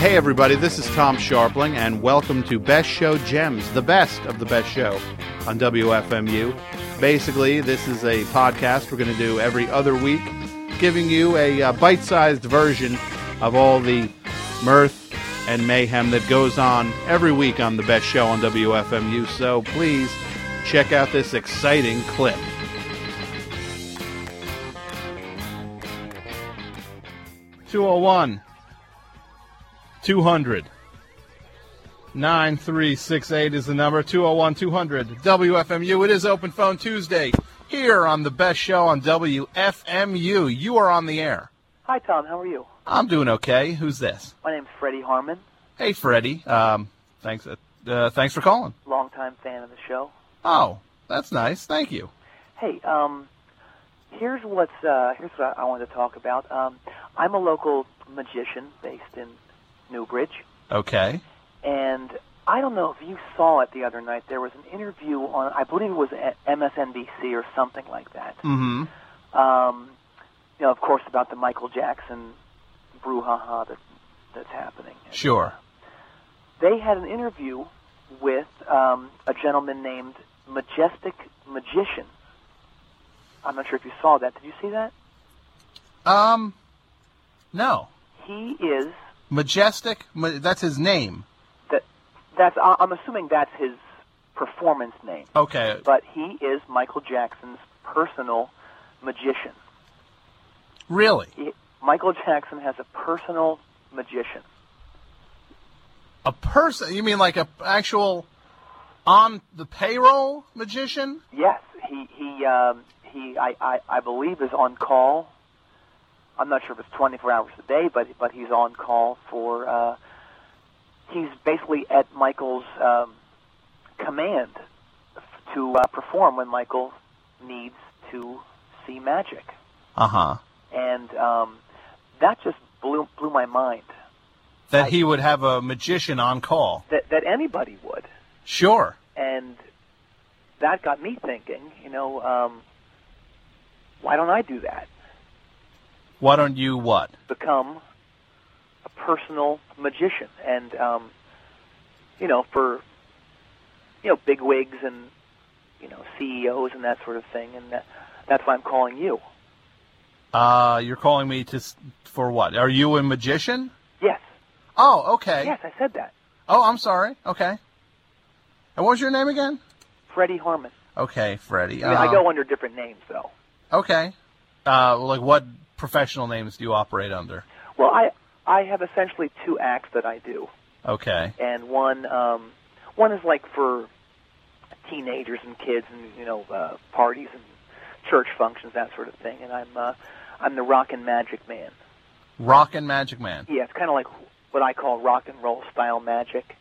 Hey, everybody, this is Tom Sharpling, and welcome to Best Show Gems, the best of the best show on WFMU. Basically, this is a podcast we're going to do every other week, giving you a uh, bite sized version of all the mirth and mayhem that goes on every week on the best show on WFMU. So please check out this exciting clip. Two oh one. 200. 9368 is the number. 201 200. WFMU. It is Open Phone Tuesday here on the best show on WFMU. You are on the air. Hi, Tom. How are you? I'm doing okay. Who's this? My name's Freddie Harmon, Hey, Freddie. Um, thanks, uh, uh, thanks for calling. longtime fan of the show. Oh, that's nice. Thank you. Hey, um, here's what's uh, here's what I, I wanted to talk about. Um, I'm a local magician based in Newbridge, Okay. and I don't know if you saw it the other night. There was an interview on, I believe it was at MSNBC or something like that. Mm Um, you know, of course, about the Michael Jackson brouhaha that that's happening. hmm. Sure. they had an interview with um, a gentleman named Majestic Magician. I'm not sure if you saw that. Did you see that? Um, no. He is. Majestic, ma- that's his name. That, that's. I- I'm assuming that's his performance name. Okay. But he is Michael Jackson's personal magician. Really? He, Michael Jackson has a personal magician. A person? You mean like a actual on the payroll magician? Yes, he he um, he. I, I I believe is on call. I'm not sure if it's 24 hours a day, but but he's on call for. Uh, he's basically at Michael's um, command to uh, perform when Michael needs to see magic, Uh huh. and um, that just blew blew my mind. That he would have a magician on call. That that anybody would. Sure. and that got me thinking. You know, um, why don't I do that? Why don't you what? Become a personal magician, and um, you know, for you know, big wigs and you know, CEOs and that sort of thing, and that, that's why I'm calling you. Uh, you're calling me to s- for what? Are you a magician? Yes, Oh, okay. yes, I said that. Oh, I'm sorry. Okay. And what was your name again? Freddie Harmon. Okay, Freddie. I, mean, I Uh, go under different names though. Okay. Uh, like what professional names do you operate under? Well, I I have essentially two acts that I do. Okay. and one um, one is like for teenagers and kids and you know uh, parties and church functions that sort of thing. And I'm uh, I'm the rock and magic man. Rock and Magic Man. Yeah, it's kind of like what I call rock and roll style magic.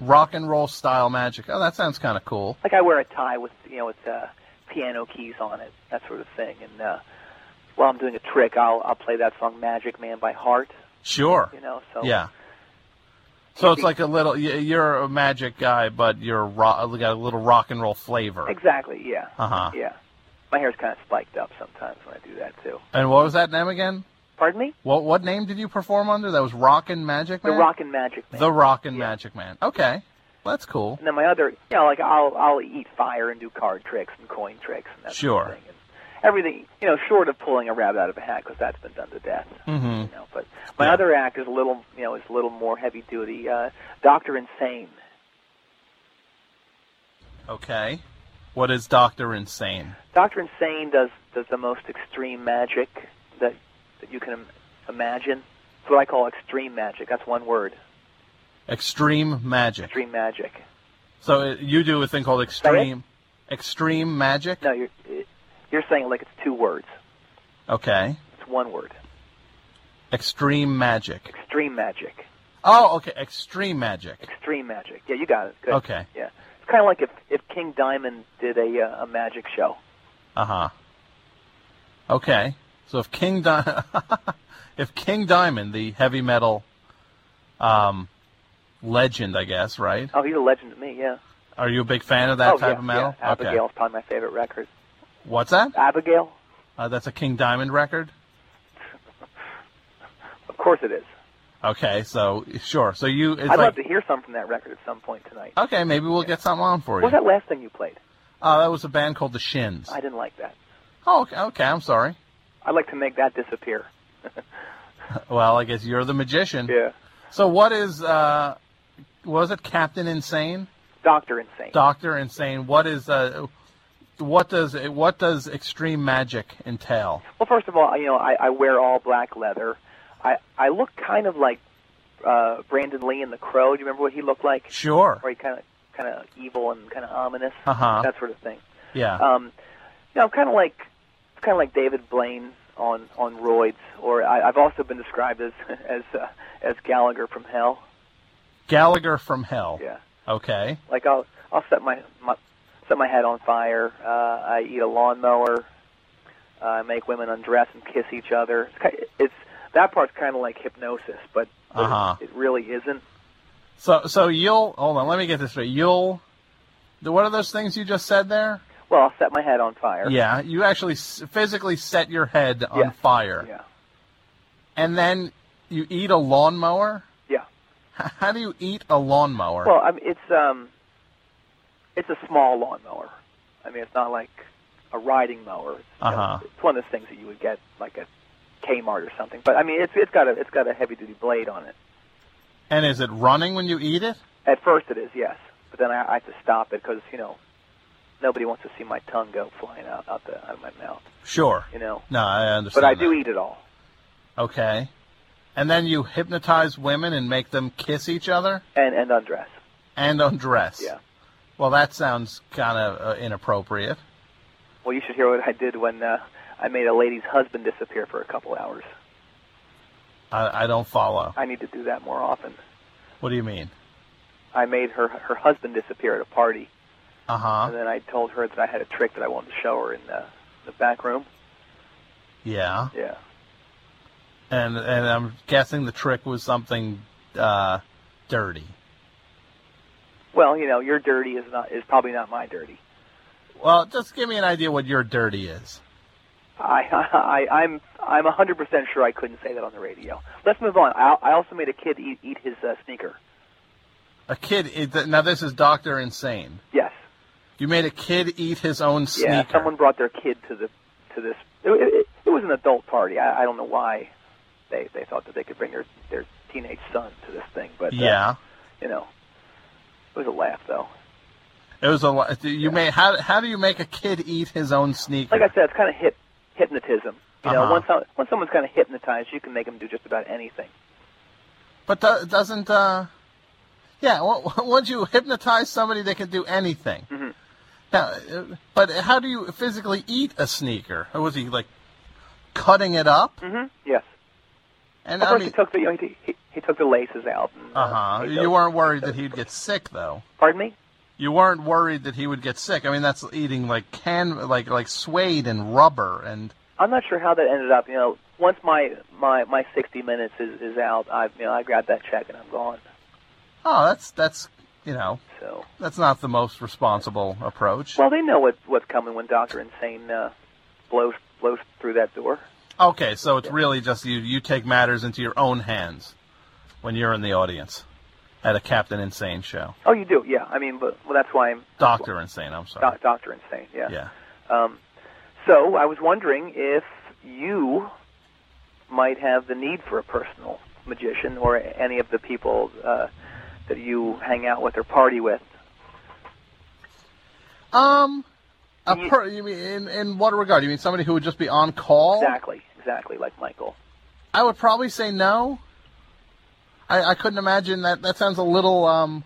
Rock and roll style magic. Oh, that sounds kind of cool. Like I wear a tie with you know with uh, piano keys on it, that sort of thing. And uh, while I'm doing a trick, I'll I'll play that song Magic Man by heart. Sure. You know, so Yeah. So it's like a little. y- You're a magic guy, but you're rock, got a little rock and roll flavor. exactly, yeah, Uh huh. yeah. My hair's kind of spiked up sometimes when I do that too. And what was that name again? Pardon me? What what name did you perform under? That was Rockin' Magic The Man. rock and magic man. The Rockin' Yeah. Magic Man. Okay, well, that's cool. And then my other, you know, like I'll I'll eat fire and do card tricks and coin tricks and that Sure. sort of thing. And everything, you know, short of pulling a rabbit out of a hat because that's been done to death. Mm-hmm. You know, but my Yeah. other act is a little, you know, is a little more heavy duty. Uh, Doctor Insane. Okay. What is Doctor Insane? Doctor Insane does does the most extreme magic that that you can Im- imagine. It's what I call extreme magic. That's one word. Extreme magic. Extreme magic. So it, you do a thing called extreme, extreme magic. No, you're you're saying like it's two words. Okay. It's one word. Extreme magic. Extreme magic. Oh, okay. Extreme magic. Extreme magic. Yeah, you got it. Good. Okay. Yeah, it's kind of like if if King Diamond did a uh, a magic show. Uh huh. Okay. So if King Di- if King Diamond, the heavy metal um, legend, I guess, right? Oh, he's a legend to me. Yeah. Are you a big fan of that oh, type yeah, of metal? Yeah. Abigail's probably my favorite record. What's that? Abigail, Uh, that's a King Diamond record. of course it is. Okay, so sure. So you, it's like, I'd Oh. love to hear some from that record at some point tonight. okay, maybe we'll get something on for What was you. that last thing you played? Uh, that was a band called the Shins. I didn't like that. Oh, okay, okay, I'm sorry. I'd like to make that disappear. Well, I guess you're the magician. Yeah. So what is, uh, what is it, Captain Insane, Doctor Insane. Doctor Insane? What is, uh, what does what does extreme magic entail? Well, first of all, you know, I, I wear all black leather. I I look kind of like uh, Brandon Lee in The Crow. Do you remember what he looked like? Sure. Where he kind of kind of evil and kind of ominous, Uh huh. that sort of thing. Yeah. Um, you know, I'm kind of like kind of like David Blaine on on roids, or I, I've also been described as as uh, as Gallagher from Hell. Gallagher from Hell. Yeah. Okay. Like I'll I'll set my, my set my head on fire. Uh, I eat a lawnmower. Uh, I make women undress and kiss each other. It's, ki it's that part's kind of like hypnosis, but, but Uh-huh. it, it really isn't. So so you'll hold on. Let me get this straight. You'll. What are those things you just said there? Well, I'll set my head on fire. Yeah, you actually s- physically set your head on Yeah. fire, Yeah. and then you eat a lawnmower. Yeah. H- how do you eat a lawnmower? Well, I mean, it's um, it's a small lawnmower. I mean, it's not like a riding mower. It's, you know, Uh-huh. it's one of those things that you would get like at Kmart or something. But I mean, it's it's got a it's got a heavy duty blade on it. and is it running when you eat it? At first it is, yes. But then I, I have to stop it because, you know, nobody wants to see my tongue go flying out, out, the, out of my mouth, Sure. you know. No, I understand. But I do that. eat it all. Okay. And then you hypnotize women and make them kiss each other And, and undress. and undress. Yeah. Well, that sounds kind of uh, inappropriate. Well, you should hear what I did when uh, I made a lady's husband disappear for a couple hours. I, I don't follow. I need to do that more often. What do you mean? I made her her husband disappear at a party, Uh huh. and then I told her that I had a trick that I wanted to show her in the, the back room. Yeah. Yeah. And and I'm guessing the trick was something uh, dirty. Well, you know, your dirty is not is probably not my dirty. Well, just give me an idea what your dirty is. I, I, I- I'm I'm 100% sure I couldn't say that on the radio. Let's move on. I, I also made a kid eat, eat his uh, sneaker. A kid. Is, now this is Doctor Insane. Yes. You made a kid eat his own sneaker. Yeah. Someone brought their kid to the to this. It, it, it was an adult party. I, I don't know why they they thought that they could bring their their teenage son to this thing, but uh, Yeah. you know, it was a laugh though. It was a lot. You made how how do you make a kid eat his own sneaker? Like I said, it's kind of hip, hypnotism. You know, Uh-huh. once some- once someone's kind of hypnotized, you can make them do just about anything. but do, doesn't uh, yeah. w- w- Once you hypnotize somebody, they can do anything. Mhm. Now, uh, but how do you physically eat a sneaker? Or was he like cutting it up? Mm-hmm. Yes. And Of Hmm? I course, mean, he took the you know, he, he, he took the laces out. and, uh huh. he You dove- weren't worried he that dove- he'd get sick though. Pardon me. You weren't worried that he would get sick. I mean, that's eating like can like like suede and rubber and I'm not sure how that ended up. You know, once my my my 60 minutes is is out, I you know I grab that check and I'm gone. oh, that's that's you know So that's not the most responsible approach. well, they know what what's coming when Doctor Insane uh, blows blows through that door. Okay, so it's really just you you take matters into your own hands when you're in the audience at a Captain Insane show. Oh, you do? Yeah. I mean, but well, that's why I'm Doctor Insane, I'm sorry. doc, Doctor Insane. Yeah. Yeah. Um, so I was wondering if you might have the need for a personal magician or any of the people uh, that you hang out with or party with. Um a You- per, you mean in, in what regard? You mean somebody who would just be on call? Exactly. Exactly like Michael. I would probably say no. I, I couldn't imagine that that sounds a little um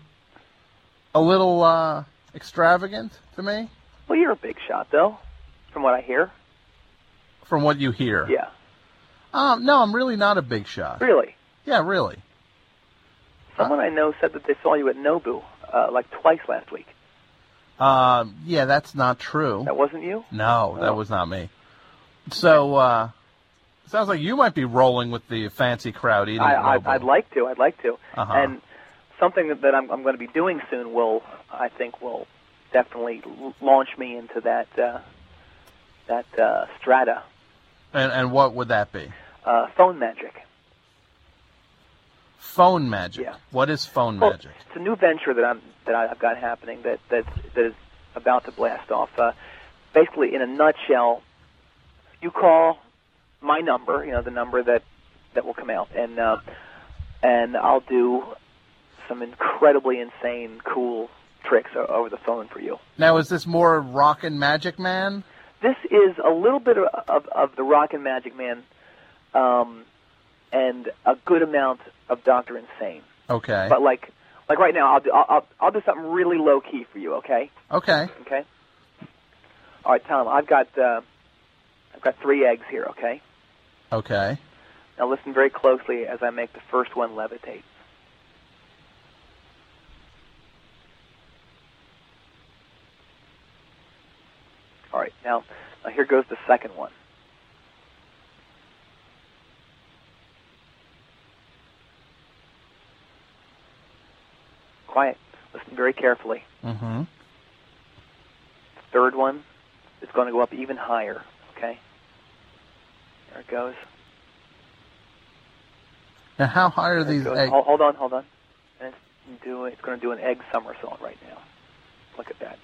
a little uh extravagant to me Well, you're a big shot, though, from what I hear. from what you hear. Yeah, Um no, I'm really not a big shot. really. Yeah, really. Someone I know said that they saw you at Nobu uh, like twice last week. Um yeah, that's not true. That wasn't you? No, that Oh. was not me. So, uh, sounds like you might be rolling with the fancy crowd eating. I, at I, Nobu. I'd like to. I'd like to. Uh-huh. And something that, that I'm, I'm going to be doing soon will, I think, will definitely l- launch me into that uh, that uh, strata. and, and what would that be? Uh, phone magic. Phone magic. Yeah. What is phone Well, magic? It's a new venture that I'm that I've got happening that that that is about to blast off. Uh, basically, in a nutshell, you call my number, you know, the number that that will come out, and uh, and I'll do some incredibly insane, cool tricks o- over the phone for you. Now, is this more rockin' magic man? This is a little bit of of, of the Rock and Magic Man, um, and a good amount of Doctor Insane. Okay. But like, like right now, I'll do I'll, I'll, I'll do something really low key for you. Okay, Okay. okay. All right, Tom. I've got uh, I've got three eggs here. Okay. Okay. Now listen very closely as I make the first one levitate. All right, now, now here goes the second one. Quiet. Listen very carefully. Mm-hmm. Third one is going to go up even higher. Okay. There it goes. Now, how high are these Go- eggs? Hold, hold on, hold on. And it's do it's going to do an egg somersault right now. Look at that.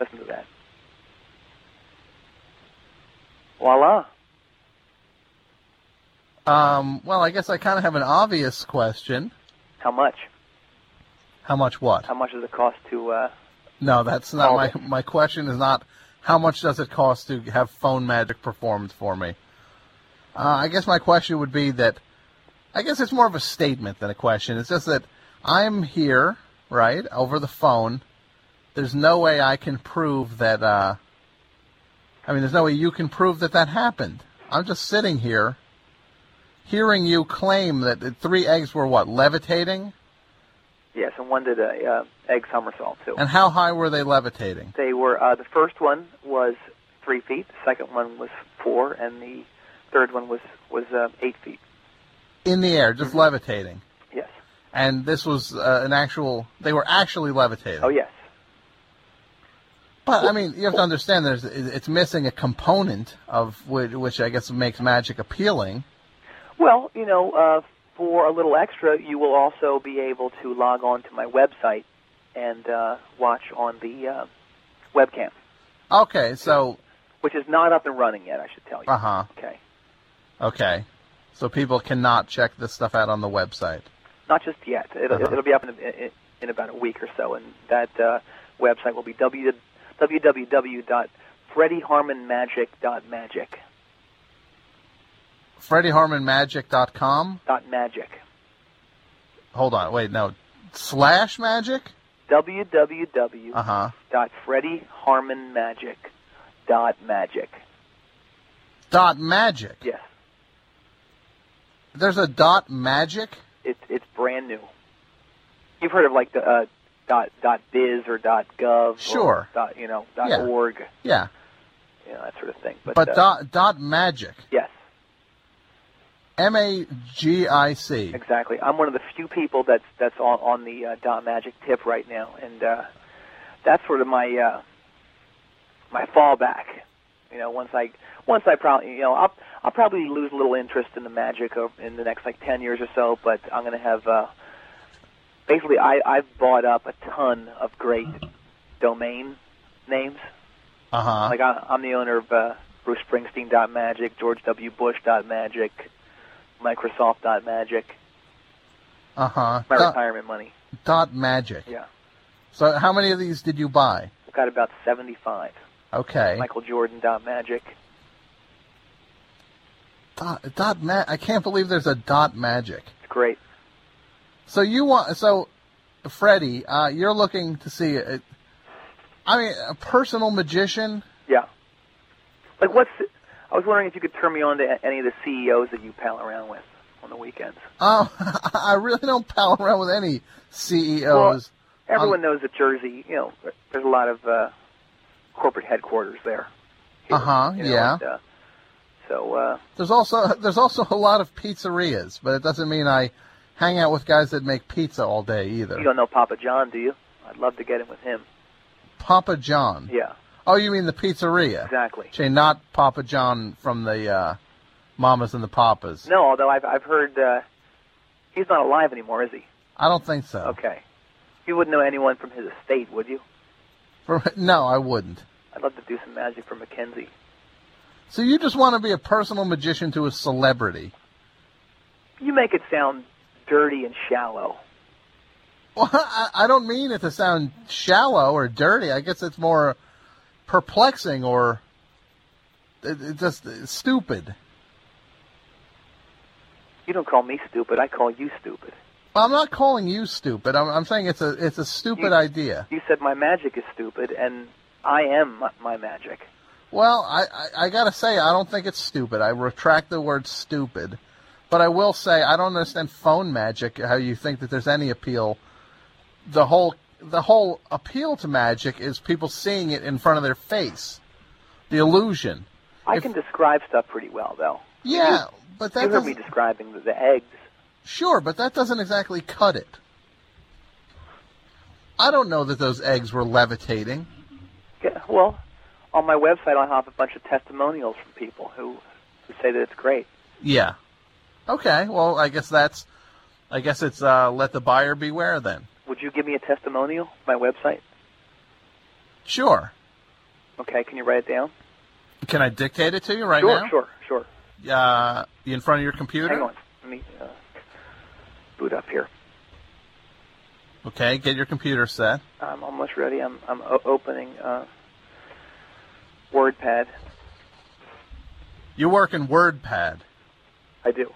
Listen to that. Voila. Um, well, I guess I kind of have an obvious question. How much? How much what? How much does it cost to? Uh, No, that's not Oh. my my question. Is not how much does it cost to have phone magic performed for me? Uh, I guess my question would be that. I guess it's more of a statement than a question. It's just that I'm here, right, over the phone. There's no way I can prove that. Uh, I mean, there's no way you can prove that that happened. I'm just sitting here, hearing you claim that the three eggs were what levitating, yes, and one did a uh, egg somersault too. and how high were they levitating? They were uh, the first one was three feet, the second one was four, and the third one was was uh, eight feet. In the air, just levitating. Yes. and this was uh, an actual. They were actually levitating. Oh yes. But I mean, you have to understand. There's it's missing a component of which, which I guess makes magic appealing. Well, you know, uh, for a little extra, you will also be able to log on to my website and uh, watch on the uh, webcam, Okay, so which is not up and running yet, I should tell you. uh huh. Okay. Okay, so people cannot check this stuff out on the website. Not just yet. It'll, Uh-huh. it'll be up in, in, in about a week or so, and that uh, website will be w- www.freddyharmonmagic.magic. FreddieHarmonMagic.com. Dot magic. Hold on, wait, no. Slash magic. www. Uh huh. dot freddyharmonmagic dot magic. Dot magic. Yes, There's a dot magic. it's it's brand new. You've heard of like the uh, dot dot biz or dot gov, Sure. or dot you know dot Yeah. org, Yeah, you know that sort of thing. But, but uh, dot dot magic. yes, M A G I C. exactly. I'm one of the few people that's that's on on the uh, dot magic tip right now, and uh, that's sort of my uh, my fallback. You know, once I once I probably you know I'll I'll probably lose a little interest in the magic o- in the next like ten years or so, but I'm gonna have uh, basically I I've bought up a ton of great domain names. Uh huh. Like I, I'm the owner of uh, Bruce Springsteen dot magic, George W Bush dot magic, Microsoft dot magic, Uh huh. my retirement money. Dot Magic. Yeah. So how many of these did you buy? I've got about 75. Okay. Michael Jordan dot magic. Dot, dot ma- I can't believe there's a Dot Magic. It's great. So you want so, Freddie, uh, you're looking to see. A, I mean, a personal magician. Yeah. Like what's? I was wondering if you could turn me on to a- any of the CEOs that you pal around with on the weekends. Um, I really don't pal around with any E CEOs. Um, Everyone knows that Jersey, you know, there's a lot of uh, corporate headquarters there. Here, Uh-huh, you know, yeah. and, uh, so uh, there's also there's also a lot of pizzerias, but it doesn't mean I hang out with guys that make pizza all day you either. don't know Papa John, do you? I'd love to get in with him. Papa John. Yeah, Oh, you mean the pizzeria? exactly. Say not Papa John from the uh, Mamas and the Papas. No, although I've I've heard uh, He's not alive anymore, is he? I don't think so. Okay. You wouldn't know anyone from his estate, would you? For- no, I wouldn't. I'd love to do some magic for Mackenzie. So you just want to be a personal magician to a celebrity? You make it sound dirty and shallow. Well, I, I don't mean it to sound shallow or dirty. I guess it's more perplexing or it, it just it's stupid. You don't call me stupid. I call you stupid. I'm not calling you stupid. I'm, I'm saying it's a it's a stupid You- idea. You said my magic is stupid, and I am my- my magic. Well, I, I, I gotta say I don't think it's stupid. I retract the word stupid, but I will say I don't understand phone magic. How you think that there's any appeal? The whole the whole appeal to magic is people seeing it in front of their face, the illusion. I If- can describe stuff pretty well, though. Yeah, but that you heard doesn't me describing the, the eggs. sure, but that doesn't exactly cut it. I don't know that those eggs were levitating. Yeah, Well, on my website, I have a bunch of testimonials from people who, who say that it's great. Yeah. Okay. Well, I guess that's. I guess it's uh, let the buyer beware then. Would you give me a testimonial? My website. Sure. Okay, can you write it down? Can I dictate it to you right sure, now? sure, Sure. sure. Uh, you in front of your computer? Hang on. Let me uh, boot up here. Okay. Get your computer set. I'm almost ready. I'm, I'm o- opening uh, WordPad. You work in WordPad. I do.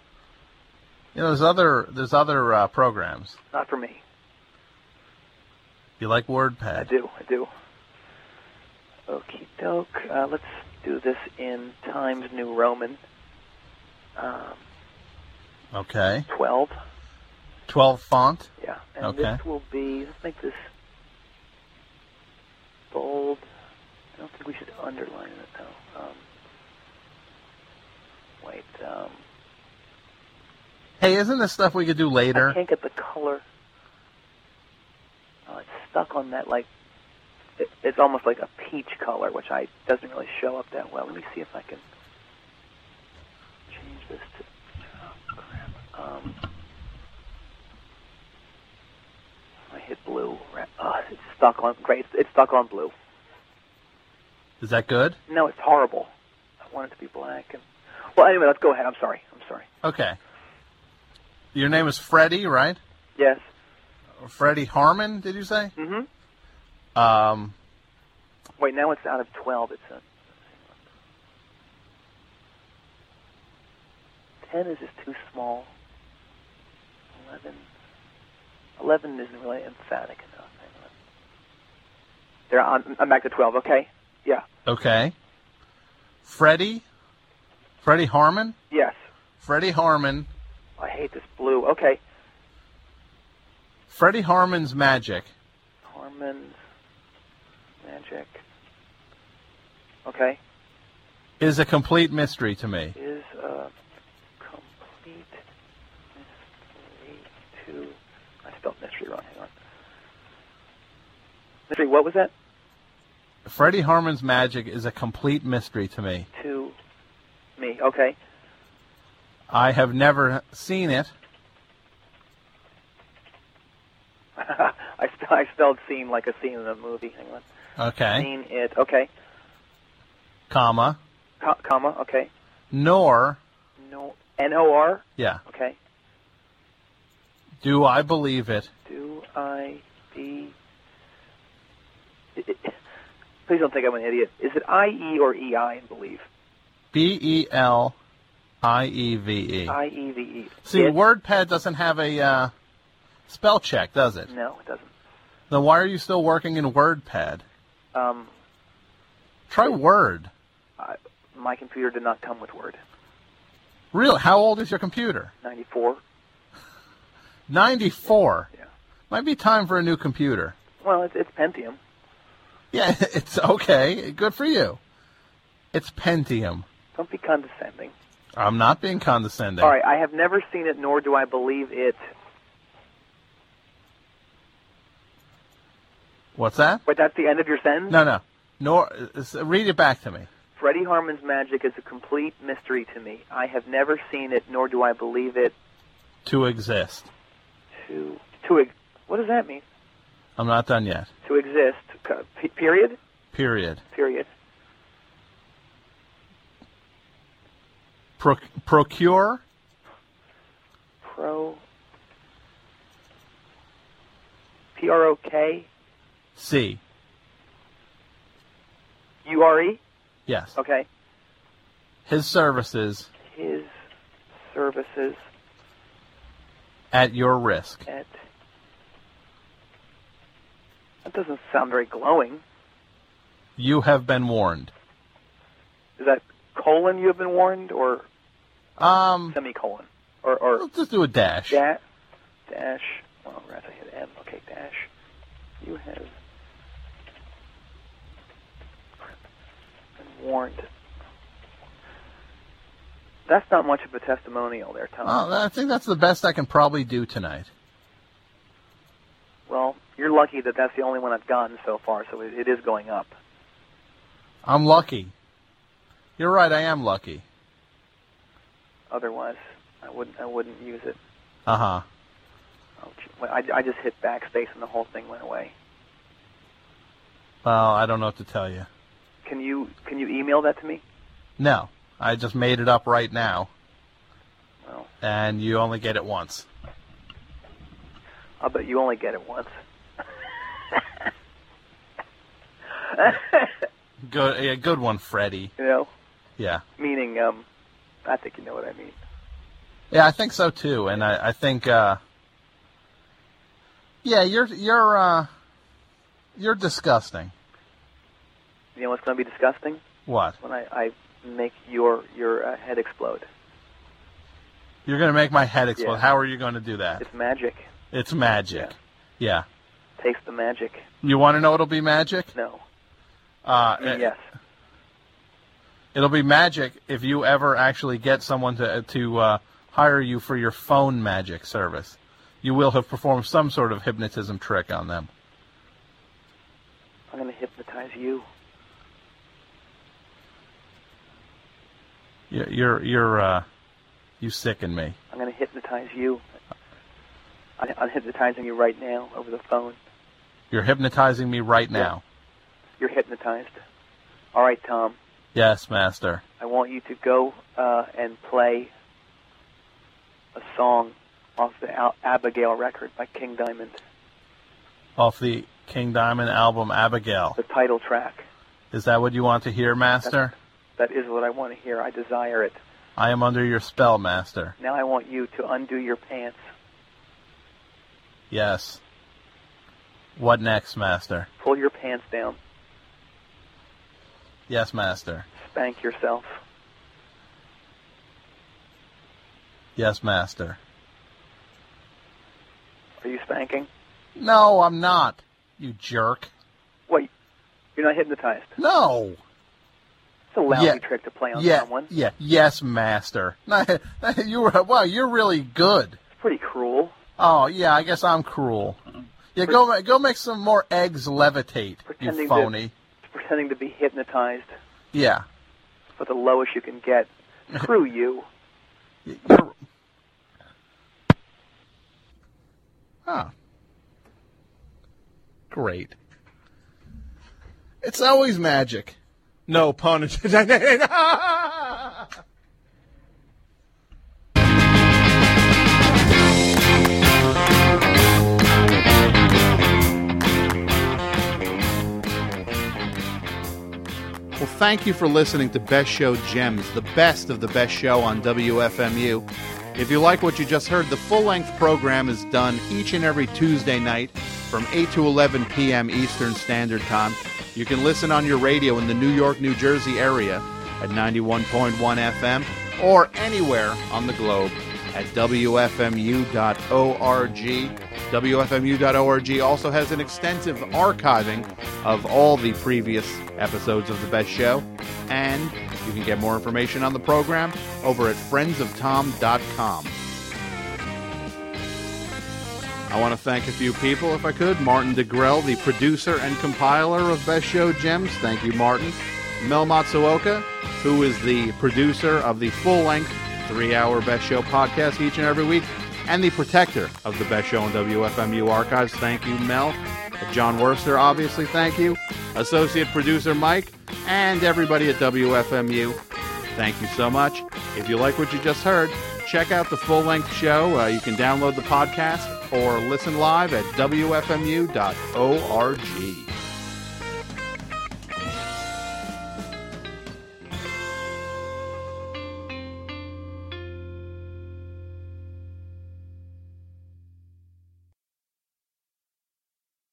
You know, there's other there's other uh, programs. Not for me. You like I WordPad? do. I do. Okie doke. Uh, let's do this in Times New Roman um, Okay. 12. Twelve font. Yeah. And Okay. this will be, let's make this bold. I don't think we should underline it, though. Um, wait. Um, Hey, isn't this stuff we could do I later? can't get the color. Oh, it's stuck on that like. It, it's almost like a peach color, which I doesn't really show up that well. Let me see if I can change this to. Oh, crap. Um, I hit blue. Right. Oh, it's stuck on. Great. It's, it's stuck on blue. Is that good? No, it's horrible. I want it to be black. And well, anyway, let's go ahead. I'm sorry. I'm sorry. Okay. Your name is Freddie, right? Yes. Freddie Harmon, did you say? Mm-hmm. Um, Wait, now it's out of 12. It's a, 10 is just too small. 11. 11 isn't really emphatic enough. Hang on. There, I'm, I'm back to 12, okay? Yeah. okay. Freddie? Freddie Harmon? Yes. Freddie Harmon. I hate this blue. Okay. Freddie Harmon's magic. Harmon's magic. Okay. is a complete mystery to me. is a complete mystery to. I spelled mystery wrong. Hang on. Mystery. What was that? Freddie Harmon's magic is a complete mystery to me. To me. Okay. I have never seen it. I, sp- I spelled scene like a scene in a movie. Hang on. Okay. Scene it. Okay. Comma. Co- comma. Okay. Nor, No. N O R. yeah, Okay. do I believe it. Do I be? Please don't think I'm an idiot. Is it I E or E I in believe? B E L I E V E. I E V E. See, It? WordPad doesn't have a uh, spell check, does it? No, it doesn't. Then why are you still working in WordPad? Um, Try Word. I, my computer did not come with Word. Really? How old is your computer? 94. 94. Yeah. Might be time for a new computer. Well, it's, it's Pentium. Yeah, it's okay. Good for you. It's Pentium. Don't be condescending. I'm not being condescending. All right, I have never seen it, nor do I believe it. What's that? Wait, that's the end of your sentence? No, no. Nor s- read it back to me. Freddie Harmon's magic is a complete mystery to me. I have never seen it, nor do I believe it. to exist. To to ex- what does that mean? I'm not done yet. To exist. co- pe- Period. Period. Period. Proc- procure Pro. P R O K C. U R E. Yes. Okay. His services His services at your risk. at. That doesn't sound very glowing. You have been warned. Is that colon you have been warned, or Um, semicolon, or or let's just do a dash. da- dash? Well, rather hit M. Okay, dash. You have been warned. That's not much of a testimonial there, Tom. Oh, I think that's the best I can probably do tonight. Well, you're lucky that that's the only one I've gotten so far, so it, it is going up. I'm lucky. You're right. I am lucky. Otherwise, I wouldn't I wouldn't use it. Uh huh. Oh, gee, well, I, I just hit backspace and the whole thing went away. Well, I don't know what to tell you. Can you can you email that to me? No, I just made it up right now, Well, and you only get it once. I'll bet you only get it once. Good, yeah, good one, Freddy. You know, Yeah, meaning um, I think you know what I mean. yeah, I think so too, and I, I think, uh, yeah, you're you're uh, you're disgusting. You know what's going to be disgusting What? when I, I make your your uh, head explode. You're gonna make my head explode. Yeah. How are you gonna do that? It's magic. It's magic. Yeah. Taste the magic. You want to know what'll be magic? No. Uh, I mean, yes. It'll be magic if you ever actually get someone to to uh, hire you for your phone magic service. You will have performed some sort of hypnotism trick on them. I'm going to hypnotize you. You're you're, you're uh, you sicken me. I'm going to hypnotize you. I, I'm hypnotizing you right now over the phone. You're hypnotizing me right now. You're hypnotized. All right, Tom. Yes, master. I want you to go uh, and play a song off the Al- Abigail record by King Diamond, Off the King Diamond album Abigail. the title track. Is that what you want to hear, master? That is what I want to hear. I desire it. I am under your spell, master. Now I want you to undo your pants. Yes. What next, master? Pull your pants down. Yes, master. Spank yourself. Yes, master. Are you spanking? No, I'm not. You jerk. Wait, you're not hypnotized. No. It's a lousy Yeah. trick to play on yeah, someone. yeah, yes, master. you were wow, you're really good. It's pretty cruel. Oh yeah, I guess I'm cruel. Yeah, go ma- go make some more eggs levitate, Pretending you to- phony. It's pretending to be hypnotized Yeah, for the lowest you can get. Screw you. Y- you're. Huh. Great. It's always magic. No pun intended. Well, thank you for listening to Best Show Gems, the best of the best show on WFMU. If you like what you just heard, the full length program is done each and every Tuesday night from 8 to 11 p.m. Eastern Standard Time. You can listen on your radio in the New York, New Jersey area at 91.1 FM or anywhere on the globe at WFMU.org. WFMU.org also has an extensive archiving of all the previous episodes of The Best Show. And you can get more information on the program over at friendsoftom.com. I want to thank a few people, if I could. Martin DeGrell, the producer and compiler of Best Show Gems. Thank you, Martin. Mel Matsuoka, who is the producer of the full length three hour Best Show podcast each and every week. and the protector of the best show on WFMU archives. Thank you, Mel. John Worster, obviously, thank you. Associate producer Mike, and everybody at WFMU. Thank you so much. If you like what you just heard, check out the full length show. Uh, you can download the podcast or listen live at WFMU.org.